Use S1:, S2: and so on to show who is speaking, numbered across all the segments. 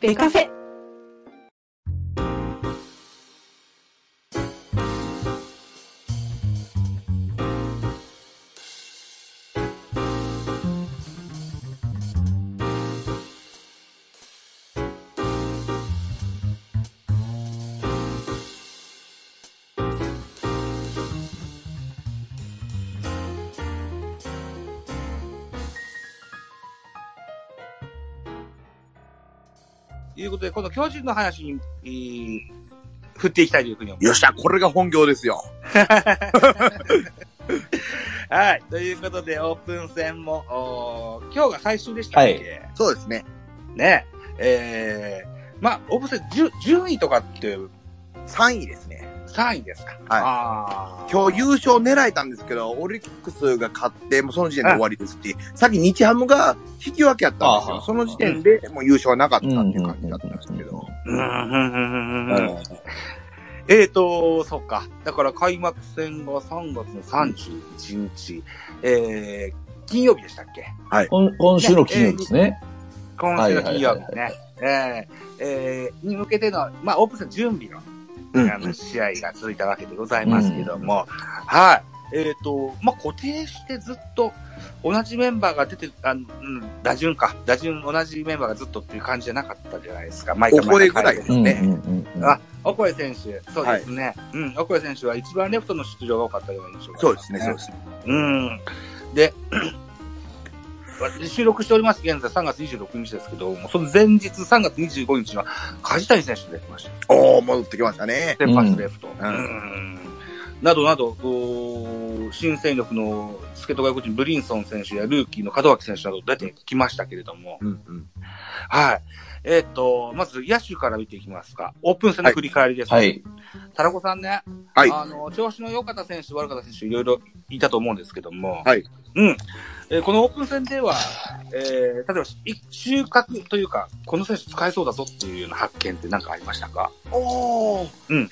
S1: ベカフェ。
S2: ということで、この巨人の話に、えー振っていきたいというふうに思います。
S3: よっしゃ、これが本業ですよ。
S2: はい。ということで、オープン戦も、おー今日が最終でしたっけ、
S4: はい
S3: そうですね。
S2: ね。えー、まあ、オープン戦、順順位とかって
S3: 3位ですね。
S2: 3位ですか。
S3: はい
S2: あ
S3: 今日
S2: う
S3: 優勝狙えたんですけど、オリックスが勝って、もうその時点で終わりですし、さっき日ハムが引き分けやったんです
S4: あ
S3: よ。
S4: ー
S3: その時点でもう優勝はなかったっていう感じだったんですけ
S4: うん
S3: ど。
S2: うんうんうんうんうん
S3: うん
S2: えーと、そっか。だから開幕戦が3月の31日、えー、金曜日でしたっけ
S4: 今今週の金曜日ですね。
S2: 今週の金曜日
S4: は
S2: ね。えー、えー、に向けての、まあ、オープン戦準備の
S3: うん
S2: あの、試合が続いたわけでございますけども、はい。えっ、と、まあ、固定してずっと同じメンバーが出て、あの、うん、打順か。打順同じメンバーがずっとっていう感じじゃなかったじゃないですか。毎回
S3: おこ
S2: 毎
S3: れぐ
S2: 回
S3: らいです
S4: うんうん
S3: ね。
S4: うんうん
S2: あ、オコエ選手、そうですね。うん、オコエ選手は一番レフトの出場が多かったような印象があり
S3: そう
S2: ま
S3: ですね、そうですね。
S2: うん。で、収録しております、現在3月26日ですけども、その前日3月25日は梶谷選手出てました。
S3: おー、戻ってきましたね。
S2: 先発レフト。
S3: うん
S2: うんなどなど、こう新戦力の助っ人外国人ブリンソン選手やルーキーの門脇選手など出てきましたけれども、
S3: うんうん。
S2: はい。えっ、と、まず野手から見ていきますか。オープン戦の振り返りです。
S4: はい。
S2: タラコさんね、
S3: はい。
S2: あの、調子の良かった選手、悪かった選手、いろいろいたと思うんですけども、
S3: はい。
S2: うん。えーこのオープン戦では、えー例えば、い収穫というか、この選手使えそうだぞっていうような発見って何かありましたか
S3: おー。
S2: うん。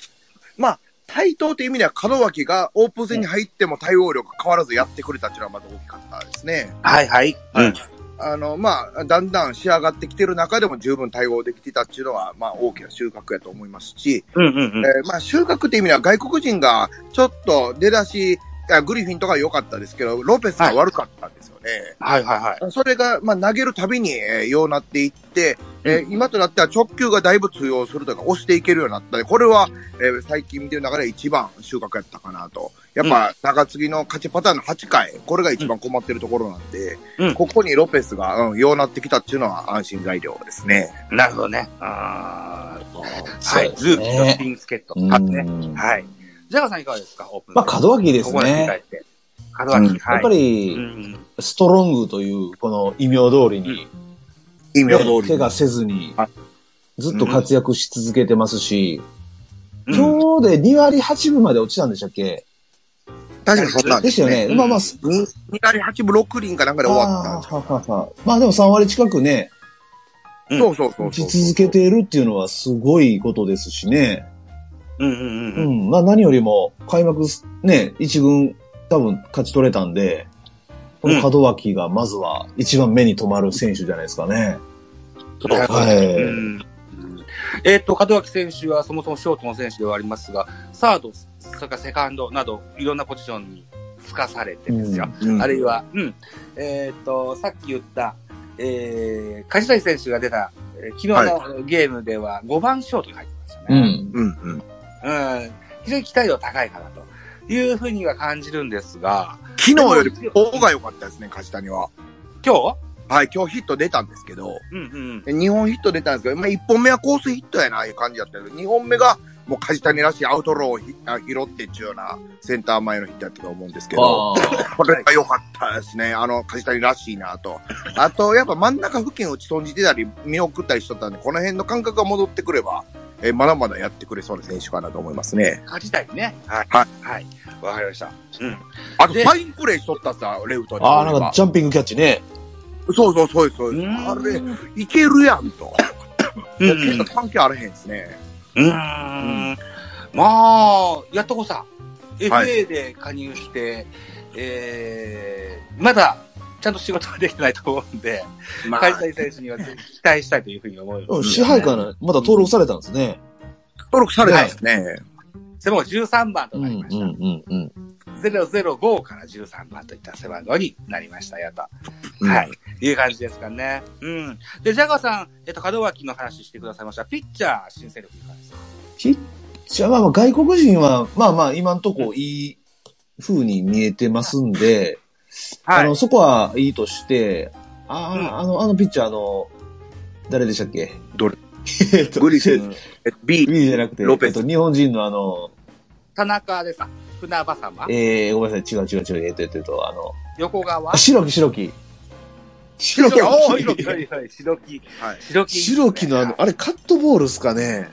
S3: まあ、対等という意味では、門脇がオープン戦に入っても対応力変わらずやってくれたっていうのはまた大きかったですね。
S2: はいはい。
S3: はい
S2: うん。
S3: あの、まあ、だんだん仕上がってきてる中でも十分対応できてたっていうのは、まあ、大きな収穫やと思いますし、
S2: うんうんうん。
S3: えーまあ、収穫っていう意味では外国人がちょっと出だし、あグリフィンとか良かったですけど、ロペスが悪かったんですよね。
S2: はいはいはい。
S3: それが、まあ、投げるたびに、えーようなっていって、えー今となっては直球がだいぶ通用するというか、押していけるようになったので、これは、えー最近見てる中で一番収穫やったかなと。やっぱ、中継ぎの勝ちパターンの8回、これが一番困ってるところなんで、
S2: うん
S3: ここにロペスが、うん、ようなってきたっていうのは安心材料ですね。
S2: なるほどね。あーは
S4: そう
S2: い。
S4: です
S2: ズー
S4: ね
S2: キとスピンスケット。
S4: うん
S2: ね。はい。ジャガーさんいかがですかオープン
S4: まあ、門脇です
S2: ここで振り返
S4: ね。
S2: って。門脇、
S4: うん
S2: はい。
S4: やっぱ
S2: う
S4: り、
S2: ん、
S4: ストロングという、この異名通りに、
S3: 意味
S4: ね
S3: は通り
S4: 怪。我せずに
S3: はい、
S4: ずっと活躍し続けてますし、
S2: うん
S4: 今日で2割8分まで落ちたんでしたっけ
S3: 確かにそんなん
S4: ですよね。
S2: うん
S4: まあまあ、
S3: 2割8分6厘かなんかで終わったん
S4: あ
S3: です
S4: ーはははまあでも3割近くね、
S2: あー
S3: そうそうそう
S4: 打
S3: そう。
S4: ち続けているっていうのはすごいことですしね。
S2: うんうん
S4: う
S2: うん。
S4: ん。まあ何よりも、開幕すね、一軍多分勝ち取れたんで、この門脇がまずは一番目に留まる選手じゃないですかね。
S2: ちょっと
S4: はい
S2: うんうんえっ、と、門脇選手はそもそもショートの選手ではありますが、サード、それからセカンドなど、いろんなポジションに付かされてですよ。
S3: うん
S2: あるいは、うん。えっ、と、さっき言った、えー、梶谷選手が出た、えー昨日のゲームでは5番ショートに入ってましたね。
S4: うん。
S3: うんうん。
S2: うん非常に期待度は高いかなというふうには感じるんですが、
S3: 昨日より方が良かったですね、梶谷は。
S2: 今日
S3: はい、今日ヒット出たんですけど、
S2: うんうん。
S3: 2本ヒット出たんですけど、まあ、1本目はコースヒットやな、いう感じだったけど、2本目がもう梶谷らしいアウトローをひあ拾ってっちゅうようなセンター前のヒッターだったと思うんですけど、
S4: あー
S3: これが良かったですね。あの、梶谷らしいな と。あと、やっぱ真ん中付近を打ち損じてたり、見送ったりしとったんで、この辺の感覚が戻ってくれば、えーまだまだやってくれそうな選手かなと思いますね。
S2: 勝ちたいね。はい。
S3: はい。
S2: はい。わかりました。うん。
S3: あと、フ
S2: で
S3: ァインプレーしとったさ、レフトに。
S4: あー、なんかジャンピングキャッチね。
S3: そうそうそうですそうです。
S2: うん
S3: あれ、いけるやんと。
S2: う
S3: もう結
S2: ん
S3: 構。関係あらへんです ね。
S2: うん。まあ、やっとこさ、
S3: はい
S2: FA で加入して、えー、まだ、ちゃんと仕事ができてないと思うんで、
S3: ま
S2: 開
S3: あ、
S2: 催選手にはぜひ期待したいというふうに思いま
S4: うん
S2: す。
S4: 支配下な、まだ登録されたんですね。
S3: 登録されたんですね。
S2: 背番号13番と
S4: うん、う
S2: なりま、
S4: ん
S2: し
S4: う
S2: た。
S4: ん、うん。
S2: 005から13番といった背番号になりましたよと。
S3: うん
S2: はい。いう感じですかね。うん。で、ジャガーさん、えっと、門脇の話してくださいました。ピッチャー新戦力いかがですか
S4: ピッチャーは、まあ、外国人は、まあまあ、今んとこいい風に見えてますんで、あの、そこはいいとして、ああ、
S2: うん
S4: あの、あのピッチャー、あの、誰でしたっけ
S3: どれ
S4: えっと
S3: グリフィン、え B
S4: グ、リフィンじゃなくて、
S3: ロペ
S4: えっ
S3: ス
S4: と、日本人のあの、
S2: 田中ですか船場様
S4: えー、ごめんなさい、違う違う違う、えっと、えっとえっと、あの、
S2: 横川
S4: あ白木白木。白
S2: 白木おー
S4: 木。
S2: 白木白木白木
S3: はい
S2: 白木
S4: 白木のあの、あれカットボールっすかね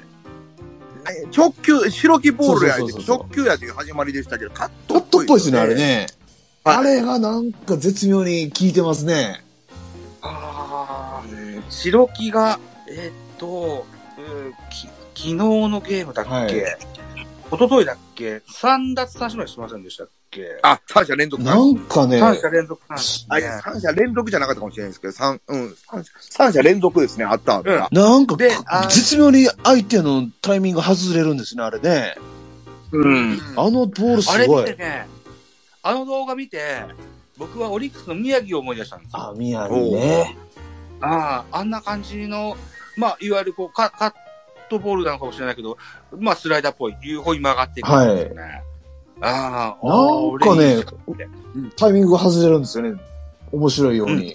S3: 直球、白木ボールや
S4: そうそうそうそう
S3: 直球やという始まりでしたけど、カッ
S4: カ
S3: ト
S4: ットっぽいっすね、あれ。ね。
S3: はい
S4: あれがなんか絶妙に効いてますね。
S2: あー白木がえーっと、えーき昨日のゲームだっけ、
S4: はい
S2: 一昨日だっけ ?3 奪三振ぐらいしませんでしたっけ
S3: あ、三者連続
S4: な
S3: 三
S4: んかね、
S2: 三者連続三振、
S3: あいや三者連続じゃなかったかもしれないですけど、三、うん、三者三者連続ですね、あったあった。
S2: うん
S4: なんか
S2: であー
S4: 絶妙に相手のタイミング外れるんですね、あれね。
S3: うん。
S4: あのボール
S2: あ
S4: す
S2: れ
S4: ご
S2: 見て
S4: い。
S2: ね、あの動画見て、僕はオリックスの宮城を思い出したんですよ。
S4: あ、宮城ね。
S2: ああ、あんな感じの、まあ、いわゆるこうカ、カットボールなのかもしれないけど、まあ、スライダーっぽい、いう方に曲がっていくんですよね。ああ、
S4: なんかね
S2: 俺いいって
S4: タイミングが外れるんですよね。面白いように。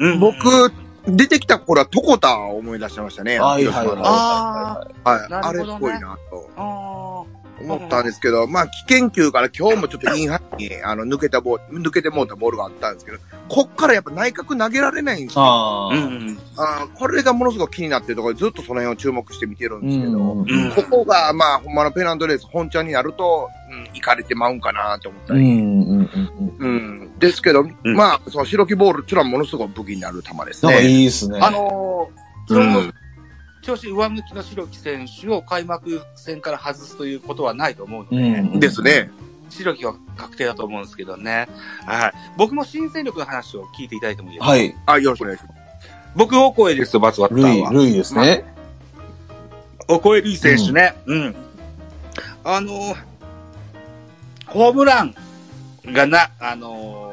S2: うん
S3: 僕、出てきた頃は、トコタを思い出してましたね。
S4: はい
S3: 広
S4: はいはい
S3: 島のはい。
S2: あな
S3: あ
S2: る
S3: れ
S2: ほ
S3: っ
S2: どね
S3: ぽいな、と
S2: あ、あ
S3: 思ったんですけど、まあ、危険球から今日もちょっとインハイに、あの、抜けたボール、抜けてもうたボールがあったんですけど、こっからやっぱ内角投げられないんですよ。
S4: あ
S2: あ、
S4: あ。
S2: うん。
S3: あーこれがものすごく気になってるところでずっとその辺を注目して見てるんですけど、
S4: うん
S2: うん
S3: ここが、まあ、ほんまのペナントレース本ちゃんになると、うん、行かれてまうんかなと思った
S4: う
S3: り。
S4: んうんうんうん。
S3: うん。ですけど、
S2: ん
S3: まあ、その白木ボールっていうのはものすごく武器になる球です
S4: なんか
S3: ね。
S4: いいっすね。
S2: あのー、
S3: うん
S2: その調子上向きの白木選手を開幕戦から外すということはないと思うので、
S4: うん
S3: ですね。
S2: 白木は確定だと思うんですけどね。はい。僕も新戦力の話を聞いていただいてもいいですか
S4: はい。
S3: あ、よろしくお願いします。
S2: 僕、オコエですよ、バズバッタ
S4: ル
S2: ー
S4: イ、
S2: は。
S4: ルイですね。
S2: オコエルイ選手ね。うん。あのー、ホームランがな、あのー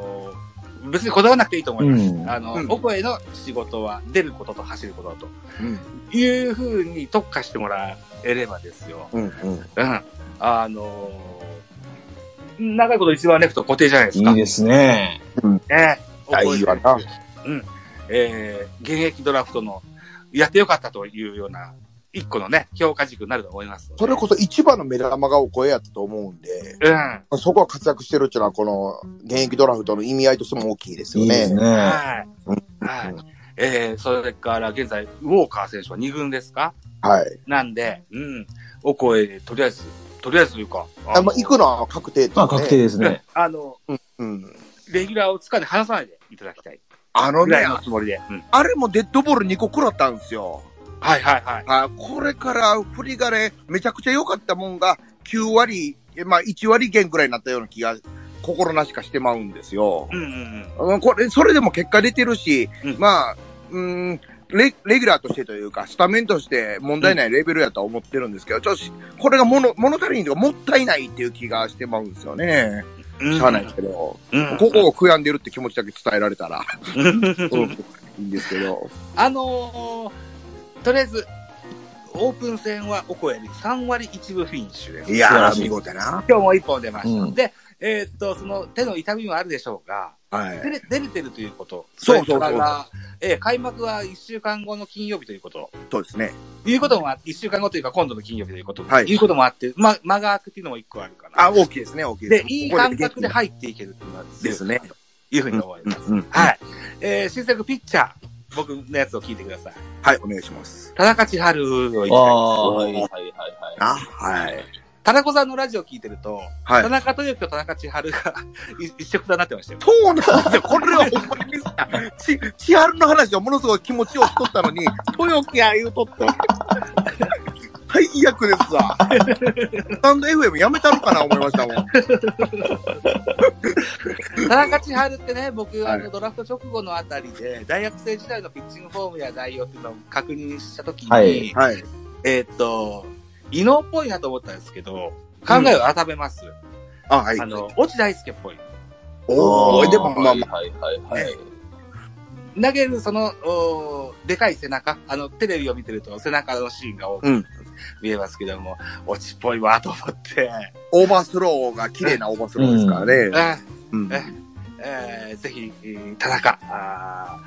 S2: 別にこだわらなくていいと思います。
S4: うん
S2: あの、
S3: うん
S2: オコエの仕事は出ることと走ること
S3: うん。
S2: というふうに特化してもらえればですよ。
S3: うん。うん。
S2: うん。あのー長いこと一番レフト固定じゃないですか。
S4: いいですね。
S2: ね。
S3: あいいわな
S2: うん。えー、現役ドラフトの、やってよかったというような、一個のね、評価軸になると思いますので。
S3: それこそ一番の目玉がお声やったと思うんで、
S2: うん。
S3: そこは活躍してるっていうのは、この、現役ドラフトの意味合いとしても大きいですよ
S4: いい
S3: ね。
S4: ですね。は
S2: はい。はい。えー、それから現在、ウォーカー選手は2軍ですか
S3: はい。
S2: なんで、うん。お声で、とりあえず、とりあえずというか、あ
S3: あまあ、行くのは確定ですね
S4: まあ確定。です
S2: うん
S4: ね。
S2: あの、
S3: うん。
S2: レギュラーをつかんで離さないでいただきたい。
S3: あの
S2: ぐ
S3: ね
S2: らい、のつもりで。うん。
S3: あれもデッドボール2個食らったんですよ。
S2: はいはいはい。
S3: あこれから振りがね、めちゃくちゃ良かったもんが、9割、えまあ1割減ぐらいになったような気が、心なしかしてまうんですよ。
S2: うんうん
S3: うんこれ、それでも結果出てるし、
S2: うん
S3: まあ、うん、レ、レギュラーとしてというか、スタメンとして問題ないレベルやとは思ってるんですけど、ちょっとし、これが物、物足りんというか、もったいないっていう気がしてまうんですよね。
S2: うん。
S3: しゃあないですけど、
S2: うん。
S3: ここを悔やんでるって気持ちだけ伝えられたら、 うんいいんですけど。
S2: あのー、とりあえず、オープン戦はおこえに3割1分フィニッシュです。
S3: いやー、見事やな。
S2: 今日も1本出ました。
S4: うん
S2: で、えーっと、その手の痛みもあるでしょうが、
S3: はい
S2: 出。れ出れてるということ。
S3: そうそうそう
S2: れからえー開幕は1週間後の金曜日ということ。
S3: そうですね。
S2: いうこともあ1週間後というか今度の金曜日ということ。
S3: はい
S2: いうこともあって、ま、間が空くっていうのも1個あるかな。
S3: あ、大きいですね、大きい
S2: で
S3: で、す。
S2: いい
S3: ここ
S2: 感
S3: で元気
S2: 覚で
S3: に
S2: 入っていけるっていうのは
S3: ですね。
S2: いうふうに思います。
S3: うんうん
S2: はい。えー、新作ピッチャー、僕のやつを聞いてください。
S3: はい、お願いします。
S2: 田中千春を
S4: あ
S2: 行き
S4: あ、はいはいはいは
S3: あ、はい。
S2: 田中さんのラジオ聞いてると、
S3: はい
S2: 田中豊樹と田中千春が 一一色だなってましたよ。
S3: そうなんですよ。これはほんまにち、千春の話はものすごい気持ちをしとったのに、豊木や言うとって。最悪ですわ。スタンド FM やめたのかな思いましたもん。
S2: 田中千春ってね、僕、
S3: はい
S2: あの、ドラフト直後のあたりで、大学生時代のピッチングフォームや内容っていうのを確認したときに、
S4: はい
S3: はい。
S2: えーっと、異能っぽいなと思ったんですけど、考えを改めます。
S3: あ、はい。
S2: あの、落大輔っぽい。
S3: お
S4: い。
S3: ー、でもまあまあ、
S4: はいはいはいはい。
S2: 投げるその、おーでかい背中、あの、テレビを見てると背中のシーンが多
S3: うん
S2: く見えますけども、落ちっぽいわと思って、
S3: オーバースローが綺麗なオーバースローですからね。
S2: あ
S3: うん。
S2: えーぜひ、えー田中、あ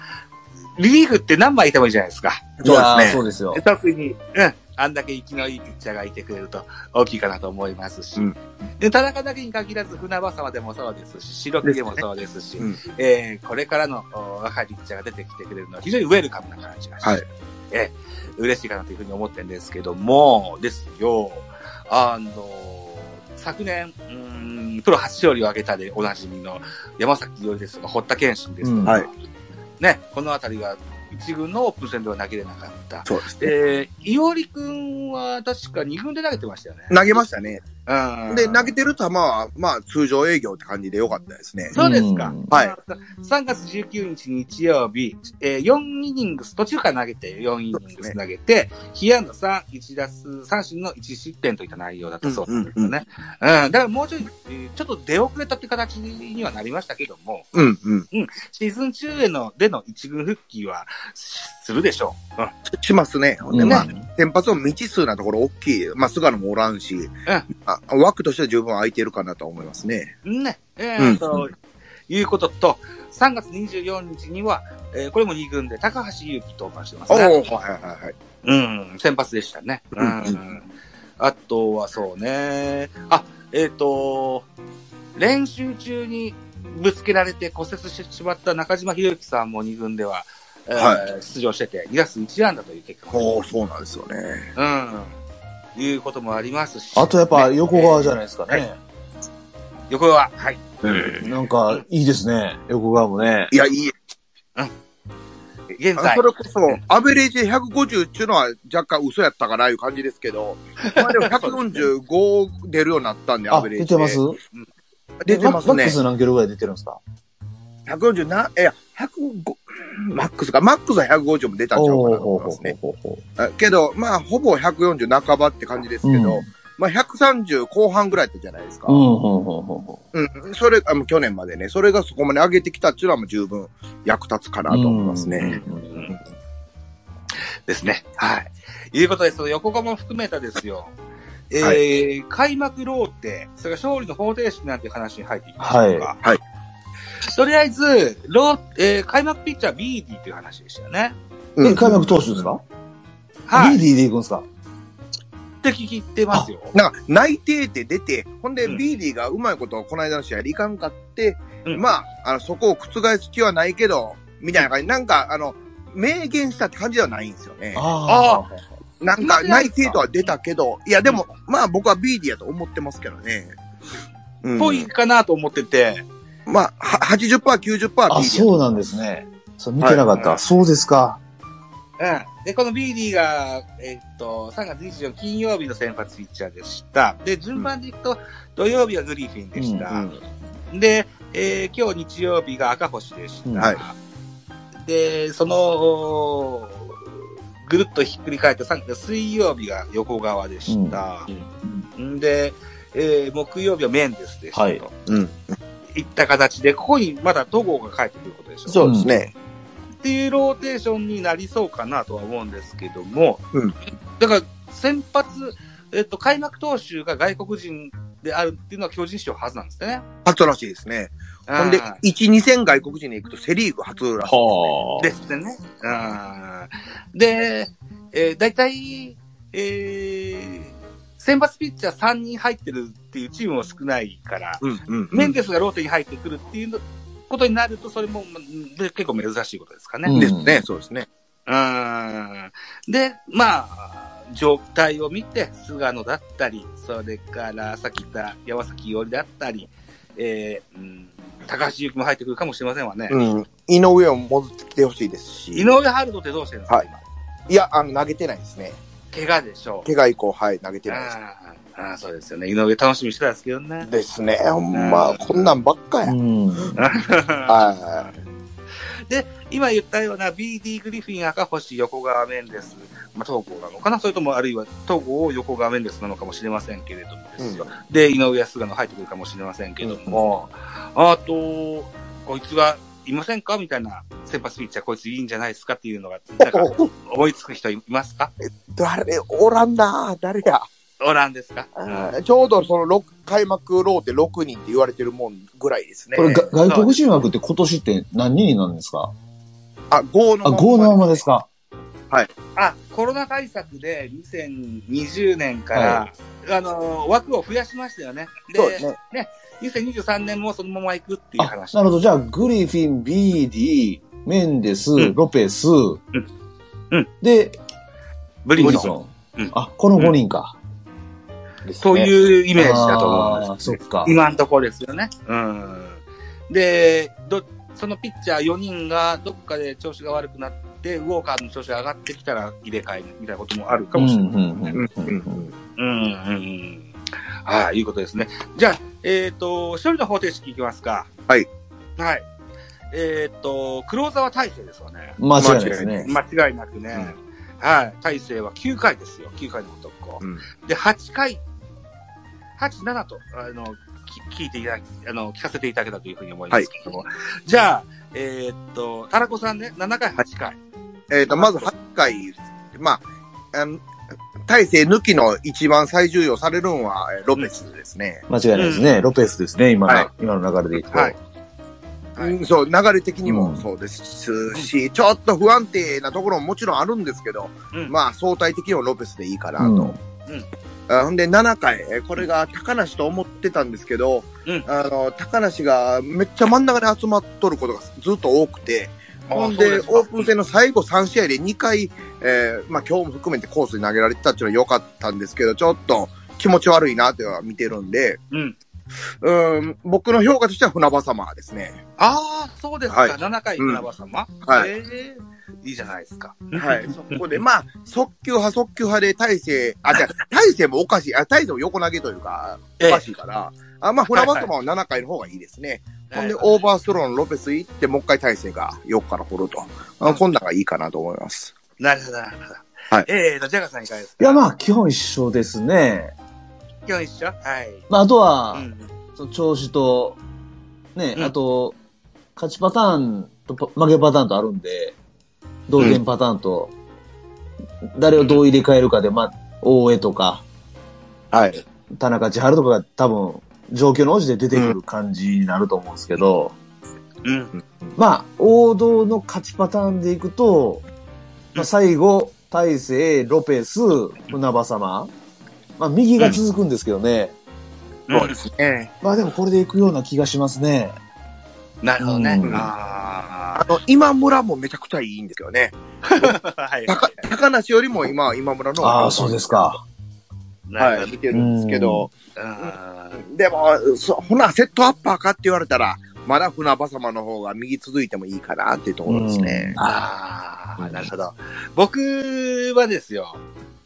S2: ーリリーフって何枚いてもいいじゃないですか。
S4: い
S3: そうです
S4: やー
S3: ね
S4: そうですよ。
S2: 特に、うん、あんだけ息のいいピッチャーがいてくれると大きいかなと思いますし、
S3: うん
S2: で田中だけに限らず船場様でもそうですし、白木でもそうですし、
S3: です
S2: えーこれからのお若いピッチャーが出てきてくれるのは非常にウェルカムな感じがして、
S3: はい
S2: えー嬉しいかなというふうに思ってるんですけども、ですよ、あの昨年、うーんプロ初勝利を挙げたでおなじみの山崎伊織ですとか、堀田健信ですとか、
S3: うんは
S2: ね、このあたりが一軍のオープン戦では投げれなかった。
S3: そうですね。
S2: えー、いおりくんは確か2軍で投げてましたよね。
S3: 投げましたね。
S2: うん。
S3: で、投げてる球は、まあ、通常営業って感じでよかったですね。
S2: そうですか
S4: うん。
S3: はい
S2: 3月19日日曜日、えー、4イニングス、途中から投げて、4イニングス投げて、被安打3、1打数三振の1失点といった内容だったそうなんですよね。うんだからもうちょい、えーちょっと出遅れたって形にはなりましたけども、
S3: うん、うん。
S2: シーズン中への、での一軍復帰はするでしょう。うん。
S3: しますね。ほんで、
S4: うん
S3: まあ、先発の未知数なところ大きい。まあ、菅野もおらんし、あ枠としては十分空いてるかなとは思いますね。
S2: ね、え
S3: う
S2: ー
S3: ん
S2: と、いうことと、3月24日には、えーこれも2軍で高橋祐希登板してます
S3: おお
S2: ね。
S3: はいはいはい。
S2: うん、先発でしたね。う
S3: うん
S2: ん。あとはそうね、あ、えっ、と、練習中にぶつけられて骨折してしまった中島博之さんも2軍では、えー
S3: は
S2: 出場してて、2打数1安打という結果
S3: おおそうなんですよね。
S2: うん。いうこともありますし。
S4: あとやっぱ
S2: ね
S4: 横川じゃないですか
S2: は
S4: ね。
S2: 横川、はい。
S4: なんか、いいですね。横川もね。
S3: いや、いい。
S2: 現在
S3: そ、れこそ、アベレージ150っていうのは若干嘘やったかないう感じですけど、まあでも145出るようになったんで、ア
S4: あ、
S3: ベレー
S4: 出
S3: ジ。
S4: てます
S3: 出てます
S4: ママック
S3: ね。
S4: ス何キロぐらい出てるんですか
S3: 140な、いや、105、マックスか。マックスは150も出たんちゃうかなと思いますね。
S4: ほうほうほうほ
S3: あけど、まあ、ほぼ140半ばって感じですけど、
S4: うん
S3: まあ、130後半ぐらいってじゃないですか。
S4: う。うん、ほうほうほうほ
S3: うん、それ、あの、去年までね、それがそこまで上げてきたっていうのはもう十分役立つかな
S4: う。
S3: と思いますね。
S4: うん。うんうん
S2: ですね。はい。いうことで、その横浜も含めたですよ。えー
S3: は
S2: 開幕ローテ、それから勝利の方程式なんていう話に入っていきましょうか。
S3: はいはい
S2: とりあえず、ロー、えー開幕ピッチャービーディという話でしたよね。
S3: うん
S4: え、開幕投手ですか
S2: はい。
S4: リ
S2: っ
S4: ーディーで行くんですか
S2: て聞いてますよ。
S3: なんか、内定って出て、ほんで、
S2: うん
S3: ビーディがうまいこと、この間の試合でいかんかって、
S2: うん
S3: まあ、あの、そこを覆す気はないけど、みたいな感じ。なんか、あの、明言したって感じではないんですよね。
S4: ああ。
S3: なんか、内定とは出たけど、いや、でも、まあ僕はビーディやと思ってますけどね。うん
S2: ぽいかなと思ってて、
S3: まあ、は80%、90%ビーディや。
S4: あ、そうなんですね。そう、見てなかっ
S2: はい
S4: た。そうですか。
S2: うん。で、このビーディが、えーっと、3月24日金曜日の先発ピッチャーでした。で、順番でいくと、土曜日はグリフィンでした。
S4: う
S2: で、えー今日日曜日が赤星でした。
S4: うん
S3: はい
S2: で、その、おーぐるっとひっくり返って、さ水曜日が横川でした。んで、えー木曜日はメンデスでしたと。
S4: はい
S2: い、
S3: うん。
S2: った形で、ここにまだ戸郷が帰ってくることでしょ
S3: そうですね。
S2: っていうローテーションになりそうかなとは思うんですけども、
S3: うん
S2: だから先発、えっと、開幕投手が外国人であるっていうのは巨人師匠はずなんですよね。
S3: 初らしいですね。ほんで、1、2000外国人に行くとセリーグ初らしい。
S4: はあ。
S2: で、すね。うん。で、えー、大体、えー、選抜ピッチャー3人入ってるっていうチームも少ないから、
S3: うんうん
S2: メンデスがローテに入ってくるっていうのことになると、それもまで結構珍しいことですかね。
S4: うん
S3: ですね、そうですね。
S2: うんで、まあ、状態を見て、菅野だったり、それから、さっき言った山崎伊織だったり、えーうん、高橋由紀も入ってくるかもしれませんわね。
S3: うん。井上を戻ってきてほしいですし。
S2: 井上春人ってどうしてるんですか、
S3: はい
S2: 今
S3: いや、あの、投げてないですね。
S2: 怪我でしょう。
S3: 怪我以降、はい、投げてないです。
S2: あーあー、そうですよね。井上楽しみにしてたんですけどね。
S3: ですね、ほんま、こんなんばっかや。
S4: うん。
S3: は
S2: 今言ったような BD グリフィン、赤星、横川メンデス、まあ、東郷なのかなそれともあるいは東郷、横川メンデスなのかもしれませんけれどもです よ。で、井上康がの入ってくるかもしれませんけども、あと、こいつはいませんかみたいな先発ピッチャー、こいついいんじゃないですかっていうのが、なんか
S3: おお
S2: 思いつく人いますか
S3: 誰、おらんな誰や。
S2: おらんですか
S3: あーちょうどその六開幕ローテ6人って言われてるもんぐらいですね
S4: こ。れ、が外国人枠って今年って何人なんですか
S3: あ、5の
S4: あ、5のままですか
S2: あ、コロナ対策で2020年から、あの、枠を増やしましたよね。で
S3: そうですね。
S2: 2023年もそのまま行くっていう
S4: あ、
S2: 話。
S4: なるほど。じゃあ、グリフィン、ビーディ、メンデス、
S2: ん
S4: ロペス、
S2: うん
S4: で、
S2: ブリ
S4: ブ
S2: ンソ
S4: リ
S2: ン。
S4: ソ
S2: う
S4: ン
S2: ん。
S4: あ、この5人か。
S2: そう
S3: う。
S2: いうイ
S4: イ
S2: メージだと思うんです。
S4: す。そっか。
S2: 今のところですよね。うん。で、ど、そのピッチャー4人がどっかで調子が悪くなって、ウォーカーの調子が上がってきたら入れ替えみたいなこともあるかもしれない。
S4: うんうんうんう
S2: う
S4: ん
S2: ん、うん、うん。はい、いうことですね。じゃあ、えっ、と、勝利の方程式いきますか。
S3: はい。
S2: はい。えっ、と、クローザーは大勢ですわね。
S4: 間違いないですね。
S2: 間違いなくね。はい。大勢は9回ですよ。9回の男。
S3: うん
S2: で、8回、8、7と、あの、き聞いていただき、あの、聞かせていただけたというふうに思いますけども。じゃあ、えーっと、タラコさんね、7回、8回。
S3: えっ、と、まず8回、まあ、あの大勢抜きの一番最重要されるのはえーロペスですね。
S4: 間違いないですね。ロペスですね、今
S3: はい
S4: の、今の流れでいくと。
S2: はいは
S3: う
S2: い。
S3: んそう、流れ的に
S4: う
S3: も
S4: ん
S3: そうですし、ちょっと不安定なところももちろんあるんですけど、
S2: うん
S3: まあ相対的にはロペスでいいかな
S4: う
S3: と。
S4: ん。
S3: あほんで、7回、えーこれが高梨と思ってたんですけど、
S2: うん
S3: あの、高梨がめっちゃ真ん中で集まっとることがずっと多くて、ほん
S2: あそう
S3: で、
S2: すか
S3: オープン戦の最後3試合で2回、えーまあ今日も含めてコースに投げられてたっていうのは良かったんですけど、ちょっと気持ち悪いなっていうのは見てるんで、
S2: うん。
S3: うん、僕の評価としては船場様ですね。
S2: ああ、そうですか。
S3: はい
S2: 7回、
S3: うん
S2: 船場様。
S3: はい
S2: ええいいじゃないですか。
S3: はい。そこで、まあ、速球派、速球派で大勢、あ、じゃあ大勢もおかしい、あ、大勢も横投げというか、おかしいから、あまあ、船場様は7回の方がいいですね。ほんで、オーバーストローのロペス行って、もう一回体勢が4から掘ると。あこんなんがいいかなと思います。
S2: なるほど、なるほど。
S3: はい
S2: ええと、ジャガーさんいかがですか
S4: いや、まあ、基本一緒ですね。
S2: 今日一緒はい。
S4: まあ、あとは
S2: う、ん。
S4: その調子と、ね、
S2: うん
S4: あと、勝ちパターンとパ負けパターンとあるんで、同点パターンと、誰をどう入れ替えるかで、まあ、大江とか、
S3: はい。
S4: 田中千春とかが多分、状況の応じて出てくる感じになると思うんですけど、
S2: うん。
S4: まあ、王道の勝ちパターンでいくと、まあ、最後、大勢、ロペス、船場様。まあ、右が続くんですけどね。
S3: そうですね。
S4: まあ、でもこれでいくような気がしますね。
S2: なるほどね。
S4: うん
S2: あ
S3: あの、今村もめちゃくちゃいいんですよね。
S2: あ。 はい。
S3: 高高梨よりも今、今村の。
S4: ああ、そうですか。
S2: な
S3: はい、
S2: る
S3: 見てるんですけど。
S2: ほど。あ
S3: でも、そほな、セットアッパーかって言われたら、まだ船場様の方が右続いてもいいかなっていうところですね。
S2: あー、なるほど。僕はですよ。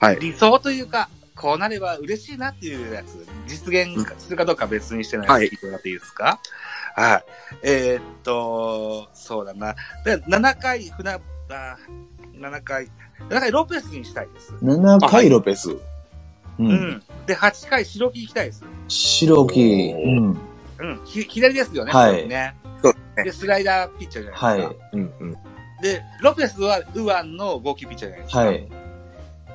S3: はい
S2: 理想というか、こうなれば嬉しいなっていうやつ、実現するかどうかは別にしてない
S3: は
S2: で
S3: い
S2: 聞いてもらっていいですかはい。えーっと、そうだな。で、7回船、あー7回、7回ロペスにしたいです。
S4: 7回ロペス。う。
S2: うんん。で、8回白木行きたいです。
S4: 白木。
S3: お
S4: う
S3: ー
S4: ん。
S2: うん。ひ左ですよね。
S4: はい
S2: これね。
S3: そうですね。
S2: で、スライダーピッチャーじゃない
S4: はい
S2: ですか。。
S3: うんうん。
S2: で、ロペスはウアンの号泣ピッチャーじゃないですか。
S4: はい。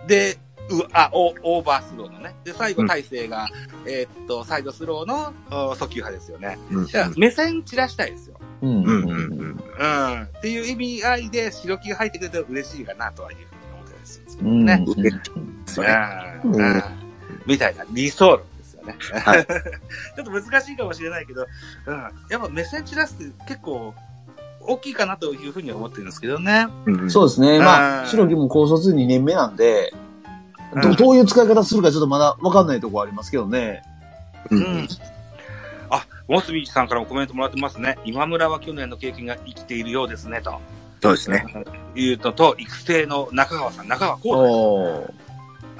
S2: で、うあオオーバースローのね。で、最後、体勢が、えーっと、サイドスローのお速球派ですよね。
S3: うん
S2: じゃあ、目線散らしたいですよ。
S4: う
S3: う
S4: んうんん
S3: う
S4: うんん
S3: う
S4: うん
S2: う
S4: ん。
S2: ん。っていう意味合いで、白木が入ってくれたら嬉しいかな、とはいうふうに思ってまするんですけど
S4: うん。
S2: ね。
S3: そうね。
S2: うん
S4: うん
S2: うんみたいな、理想論ですよね。
S3: は い
S2: ちょっと難しいかもしれないけど、うん。やっぱ目線散らすって結構、大きいかなというふうには思ってるんですけどね。
S3: うん
S4: そうですね。
S2: う
S4: ま
S2: ん
S4: あ、白木も高卒2年目なんで、
S2: う
S4: ど
S2: ん
S4: どういう使い方するかちょっとまだわかんないとこありますけどね。
S3: う
S2: うんん。あ、モスビーさんからもコメントもらってますね。今村は去年の経験が生きているようですね、と。
S3: そうですね。
S2: いうのと、育成の中川さん、中川幸太
S4: おー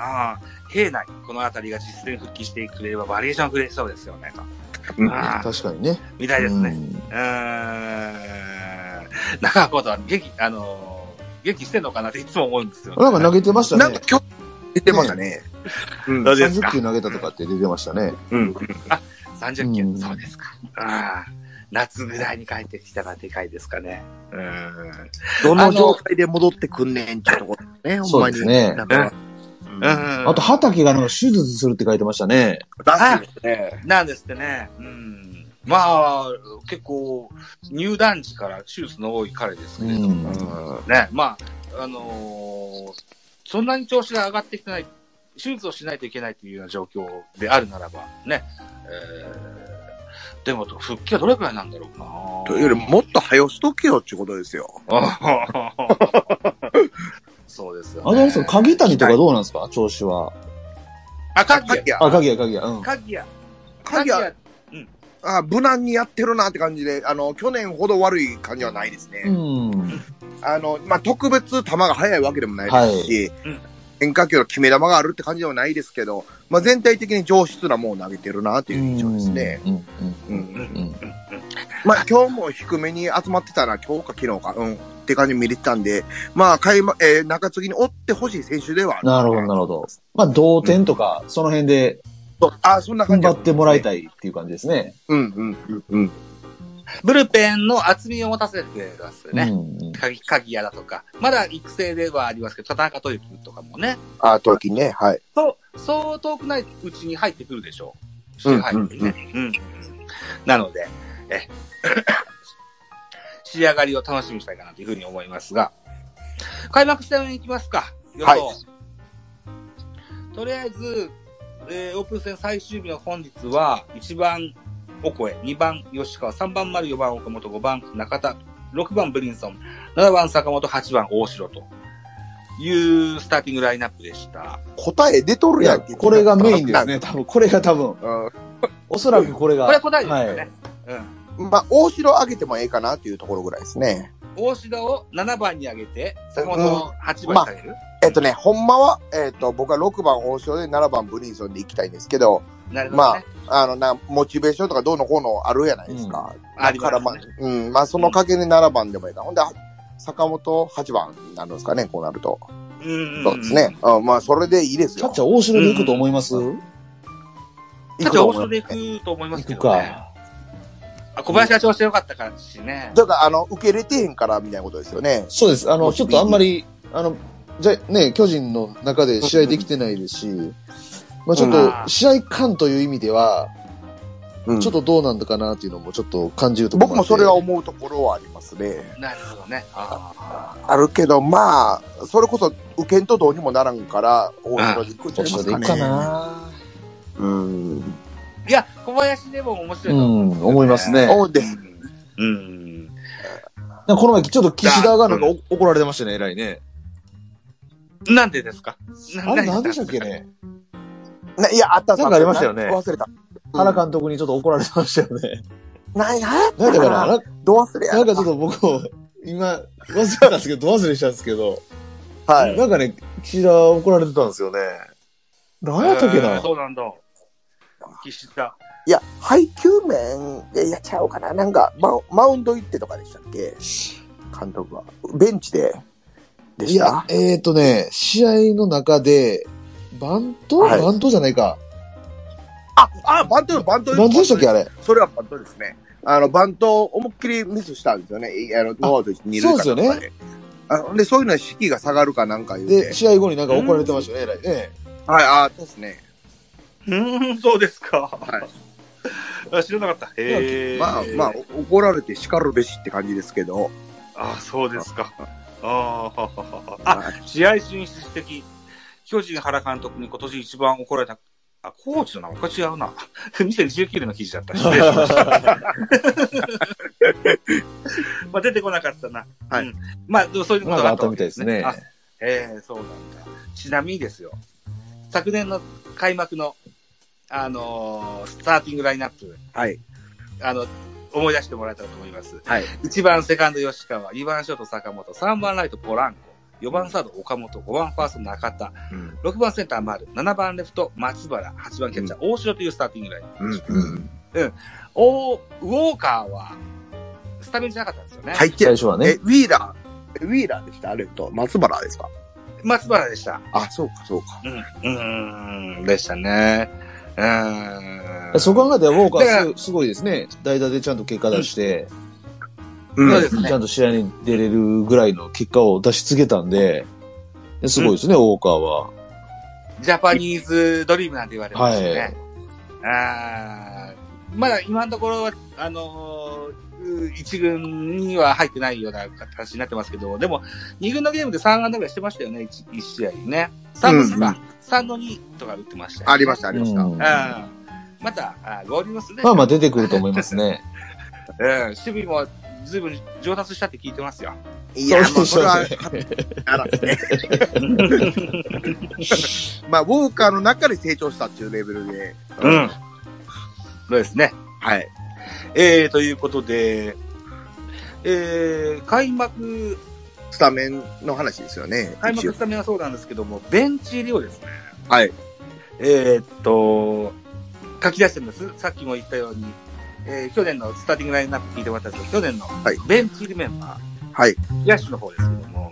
S2: ああ、平内、このあたりが実戦復帰してくれればバリエーション増えそうですよね、と。
S3: うん
S2: ああ、
S4: 確かにね。
S2: みたいですね。
S4: うん
S2: うーん。中川幸太は元気、あのー元気してんのかなっていつも思うんですよ、
S4: なんか投げてました
S3: なんか
S4: ね。
S3: 今日出てましたね。うん
S2: どうですか
S4: 30球投げたとかって出てましたね。
S3: うん。
S2: 30球、
S4: うん
S2: そうですか。ああ、夏ぐらいに帰ってきたらでかいですかね。うーん。
S5: どの状態で戻ってくんねんってところね、ほん
S4: そ
S5: ま
S4: う
S5: に。
S4: ですね。
S5: だから
S2: うーん
S4: あと、畑がなんか手術するって書いてましたね。
S3: だ
S2: あ
S3: しね。
S2: なんですってね。うん。まあ、結構、入団時から手術の多い彼ですけれども、
S4: うん
S2: ね、まあ、あのーそんなに調子が上がってきてない、手術をしないといけないというような状況であるならば、ね、えー、でも、復帰はどれくらいなんだろうな
S3: というより、もっと早しとけよってことですよ。
S2: そうですよ、
S4: あ
S2: ね。
S4: の、そう、鍵谷とかどうなんですか調子は。
S2: あ、鍵
S3: 鍵
S2: 谷。
S3: や。
S4: あ、鍵谷、鍵谷。うん。
S2: 鍵谷。鍵
S3: 鍵や
S2: 谷。。
S3: あ無難にやってるなって感じで、あの、去年ほど悪い感じはないですね。
S4: うん。
S3: あの、まあ、特別球が速いわけでもないですし、
S2: はいうん
S3: 変化球の決め球があるって感じではないですけど、まあ、全体的に上質なものを投げてるなっていう印象ですね。
S4: うん。
S3: う
S4: うんん。うん。
S3: まあ、今日も低めに集まってたな、今日か昨日か、うん、って感じで見れてたんで、まあ、開幕、えー中継ぎに追ってほしい選手ではあ
S4: なるほど、なるほど。まあ、同点とか、その辺で
S3: そうあ、そんな
S4: 踏
S3: 感
S4: ん
S3: じ
S4: 張ってもら
S3: い。
S4: いたいっていう感じですね。
S3: うん、うん、うん、うん。
S2: ブルペンの厚みを持たせてくれますよね。
S4: うんうん
S2: 鍵鍵屋だとか、まだ育成ではありますけど、田中豊樹とかもね、
S3: あ、トキね、はい。
S2: そう、そう遠くないうちに入ってくるでしょう。
S3: うん
S2: 入ってね。うんうんなので、え、 仕上がりを楽しみにしたいかなというふうに思いますが、開幕戦に行きますか。予想。
S3: はい
S2: とりあえず、えーオープン戦最終日の本日は、1番、オコエ、2番、吉川、3番、丸、4番、岡本、5番、中田、6番、ブリンソン、7番、坂本、8番、大城というスターティングラインナップでした。
S3: 答え出と
S4: い
S3: るや
S4: や、
S3: ん。
S4: これがメインですね。多分、これが多分、
S3: う
S4: おそらくこれが。
S2: これは答えですよ
S4: はい
S2: ね。
S3: ん。まあ、大城上げてもええかなっていうところぐらいですね。
S2: 大城を7番に上げて、坂本を8番に下げる、
S3: えっとね、ほんまは、えっと、僕は6番王将で7番ブリンソンで行きたいんですけど、
S2: なるほどね。
S3: あのな、モチベーションとかどうのこうのあるやないですか。
S2: うんあり
S3: だ
S2: ま
S3: か
S2: すね
S3: らまあ、うん、まあその掛けで7番でもいいか。ほんで、坂本8番になるんですかね、こうなると。
S2: うんんん
S3: そうですね。。うん、まあそれでいいです
S4: キャッ
S3: よ
S4: チ。ャー大城に行くと思います行
S2: ちょっと大城
S3: いく
S2: で行くと思いますけ
S4: く
S2: ど、ね。
S4: か。
S2: あ小林が調子良かったからしね。
S3: とか、あの、受け入れてへんから、みたいなことですよね。
S4: そうです。あ
S3: も
S4: の、
S3: う
S4: ちょっとあんまり、あの、じゃ、ね、巨人の中で試合できてないですし、まあちょ
S2: う
S4: っ
S2: ん
S4: と、試合感という意味では、
S3: うん
S4: ちょっとどうなんだかなっていうのもちょっと感じるところ
S3: 僕もそれは
S4: あって
S3: 思うところはありますね。
S2: なるほどね。あ
S3: あるけど、まあ、それこそ受けんとどうにもならんから、大城で行くんちゃいま
S4: 大城
S3: す
S4: でい
S3: か
S4: く
S3: ね。
S4: かな
S3: うん。
S2: ーいや、小林でも面白
S4: う
S2: いと思
S4: ん、思いますね。
S3: おうで、
S2: う。うん。
S4: なんかこの前、ちょっと岸田がなんかお怒られてましたね、偉いね。
S2: なんでですか
S4: あれ、なんでしたっけね。
S3: ないや、あった
S4: なんかありましたよね
S3: 忘れた。
S4: 原監督にちょっと怒られてましたよね。
S3: ないな
S4: なんだかな、な
S3: ど忘れや。
S4: なんかちょっと僕も、今、忘れたんですけど、ど忘れしたんですけど、
S3: はい。
S4: なんかね、岸田怒られてたんですよね。何やったっけ
S2: えー
S4: な
S2: そうなんだ。岸田。
S3: いや、配球面、いや、いやっちゃおうかな。なんか、マウマウンド行ってとかでしたっけ監督は。ベンチで、で
S4: い
S3: し
S4: や
S3: た、
S4: えーとね、試合の中で、バント
S3: はい
S4: バントじゃないか。
S3: あ、あ、バント、バント
S4: バントでしたっけあれ。
S3: それはバントですね。あの、バントを思いっきりミスしたんですよね。いあの、ノーアウト二塁か
S4: そうですよね
S3: ね。あほんで、そういうのは士気が下がるかなんか言うて
S4: で、。試合後になんか怒られてましたよね、偉いね。
S3: はい、ああ、そうですね。
S2: うーん、そうですか。
S3: はい
S2: あ知らなかった。へえ。
S3: まあまあ、お怒られて叱るべしって感じですけど。
S2: あ。そうですか。ああ、はははは。あ、
S3: はい
S2: 試合進出的。巨人原監督に今年一番怒られた。あ、コーチの名前違うな。2019年の記事だった。失礼しました。 まあ出てこなかったな。
S3: はい
S2: うんまあ、でもそういうこ
S4: なん
S2: と
S4: か
S2: が
S4: あ
S2: あ
S4: っ
S2: ったた
S4: み
S2: わ
S4: た
S2: け
S4: いですね。
S2: あええそうなんだ。ちなみにですよ。昨年の開幕の、あのースターティングラインナップ、
S3: はい。
S2: あの、思い出してもらえたらと思います。
S3: はい。
S2: 1番セカンド吉川、2番ショート坂本、3番ライトポランコ、4番サード岡本、5番ファースト中田、
S3: うん。
S2: 6番センター丸、7番レフト松原、8番キャッチャー大城というスターティングライン。
S3: うん。
S4: うん。
S2: おウォーカーは、スタメンじゃなかったんですよね。
S3: 入って
S4: 最
S3: ない
S4: 初は
S3: え、
S4: ね。
S3: ウィーラ
S6: ウィーラーでしたあれと、松原ですか
S2: 松原でした。
S3: ー。あ、そうか、そうか。
S2: うん。うーん、でしたね。うーん。
S4: そう考えたら、ウォーカ
S2: だか
S4: ーすすごいですね。代打でちゃんと結果出して、
S3: う
S2: そうで
S3: ん。
S2: すね
S4: ちゃんと試合に出れるぐらいの結果を出し続けたんで、ですごいですね、ウォーカーは。
S2: ジャパニーズドリームなんて言われますよ
S4: は
S2: ね
S4: い。
S2: あーまだ今のところは、あのーう一軍には入ってないような形になってますけど、でも、二軍のゲームで3安打ぐらいしてましたよね、一一試合にね。3の2
S3: うん
S2: か、3の2とか打ってましたよね、
S3: ありました、ありました。
S4: うん
S2: た。うん。また、あー合流もするね。
S4: まあまあ出てくると思いますね。
S2: うん、守備も随分上達したって聞いてますよ。
S3: いや、まあ、それは、
S4: そうですね
S3: あらね。まあ、ウォーカーの中で成長したっていうレベルで。
S2: うん。そうですね。
S3: はい。
S2: えー、ということで、えー、開幕、
S3: スタメンの話ですよね。
S2: 開
S3: 一
S2: 幕
S3: 応
S2: スタメンはそうなんですけども、ベンチ入りをですね、
S3: はい。
S2: えー、っと、書き出してるんです。さっきも言ったように、えー去年のスターティングラインナップ聞いてもらったんですけど、去年の
S3: い
S2: ベンチ入りメンバ
S3: はい。
S2: ー、野手の方ですけども、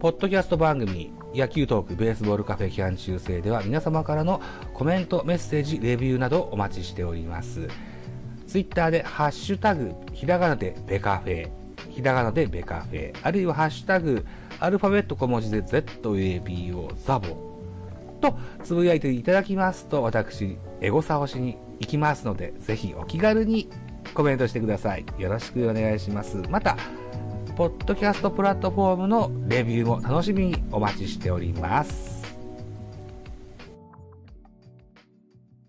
S7: ポッドキャスト番組、野球トークベースボールカフェ批判修正では皆様からのコメント、メッセージ、レビューなどお待ちしております。ツイッターでハッシュタグ、ひらがなでベカフェ、ひらがなでベカフェ、あるいはハッシュタグ、アルファベット小文字で ZABO ザボとつぶやいていただきますと私、エゴサをしに行きますので、ぜひお気軽にコメントしてください。よろしくお願いします。また、ポッドキャストプラットフォームのレビューも楽しみにお待ちしております。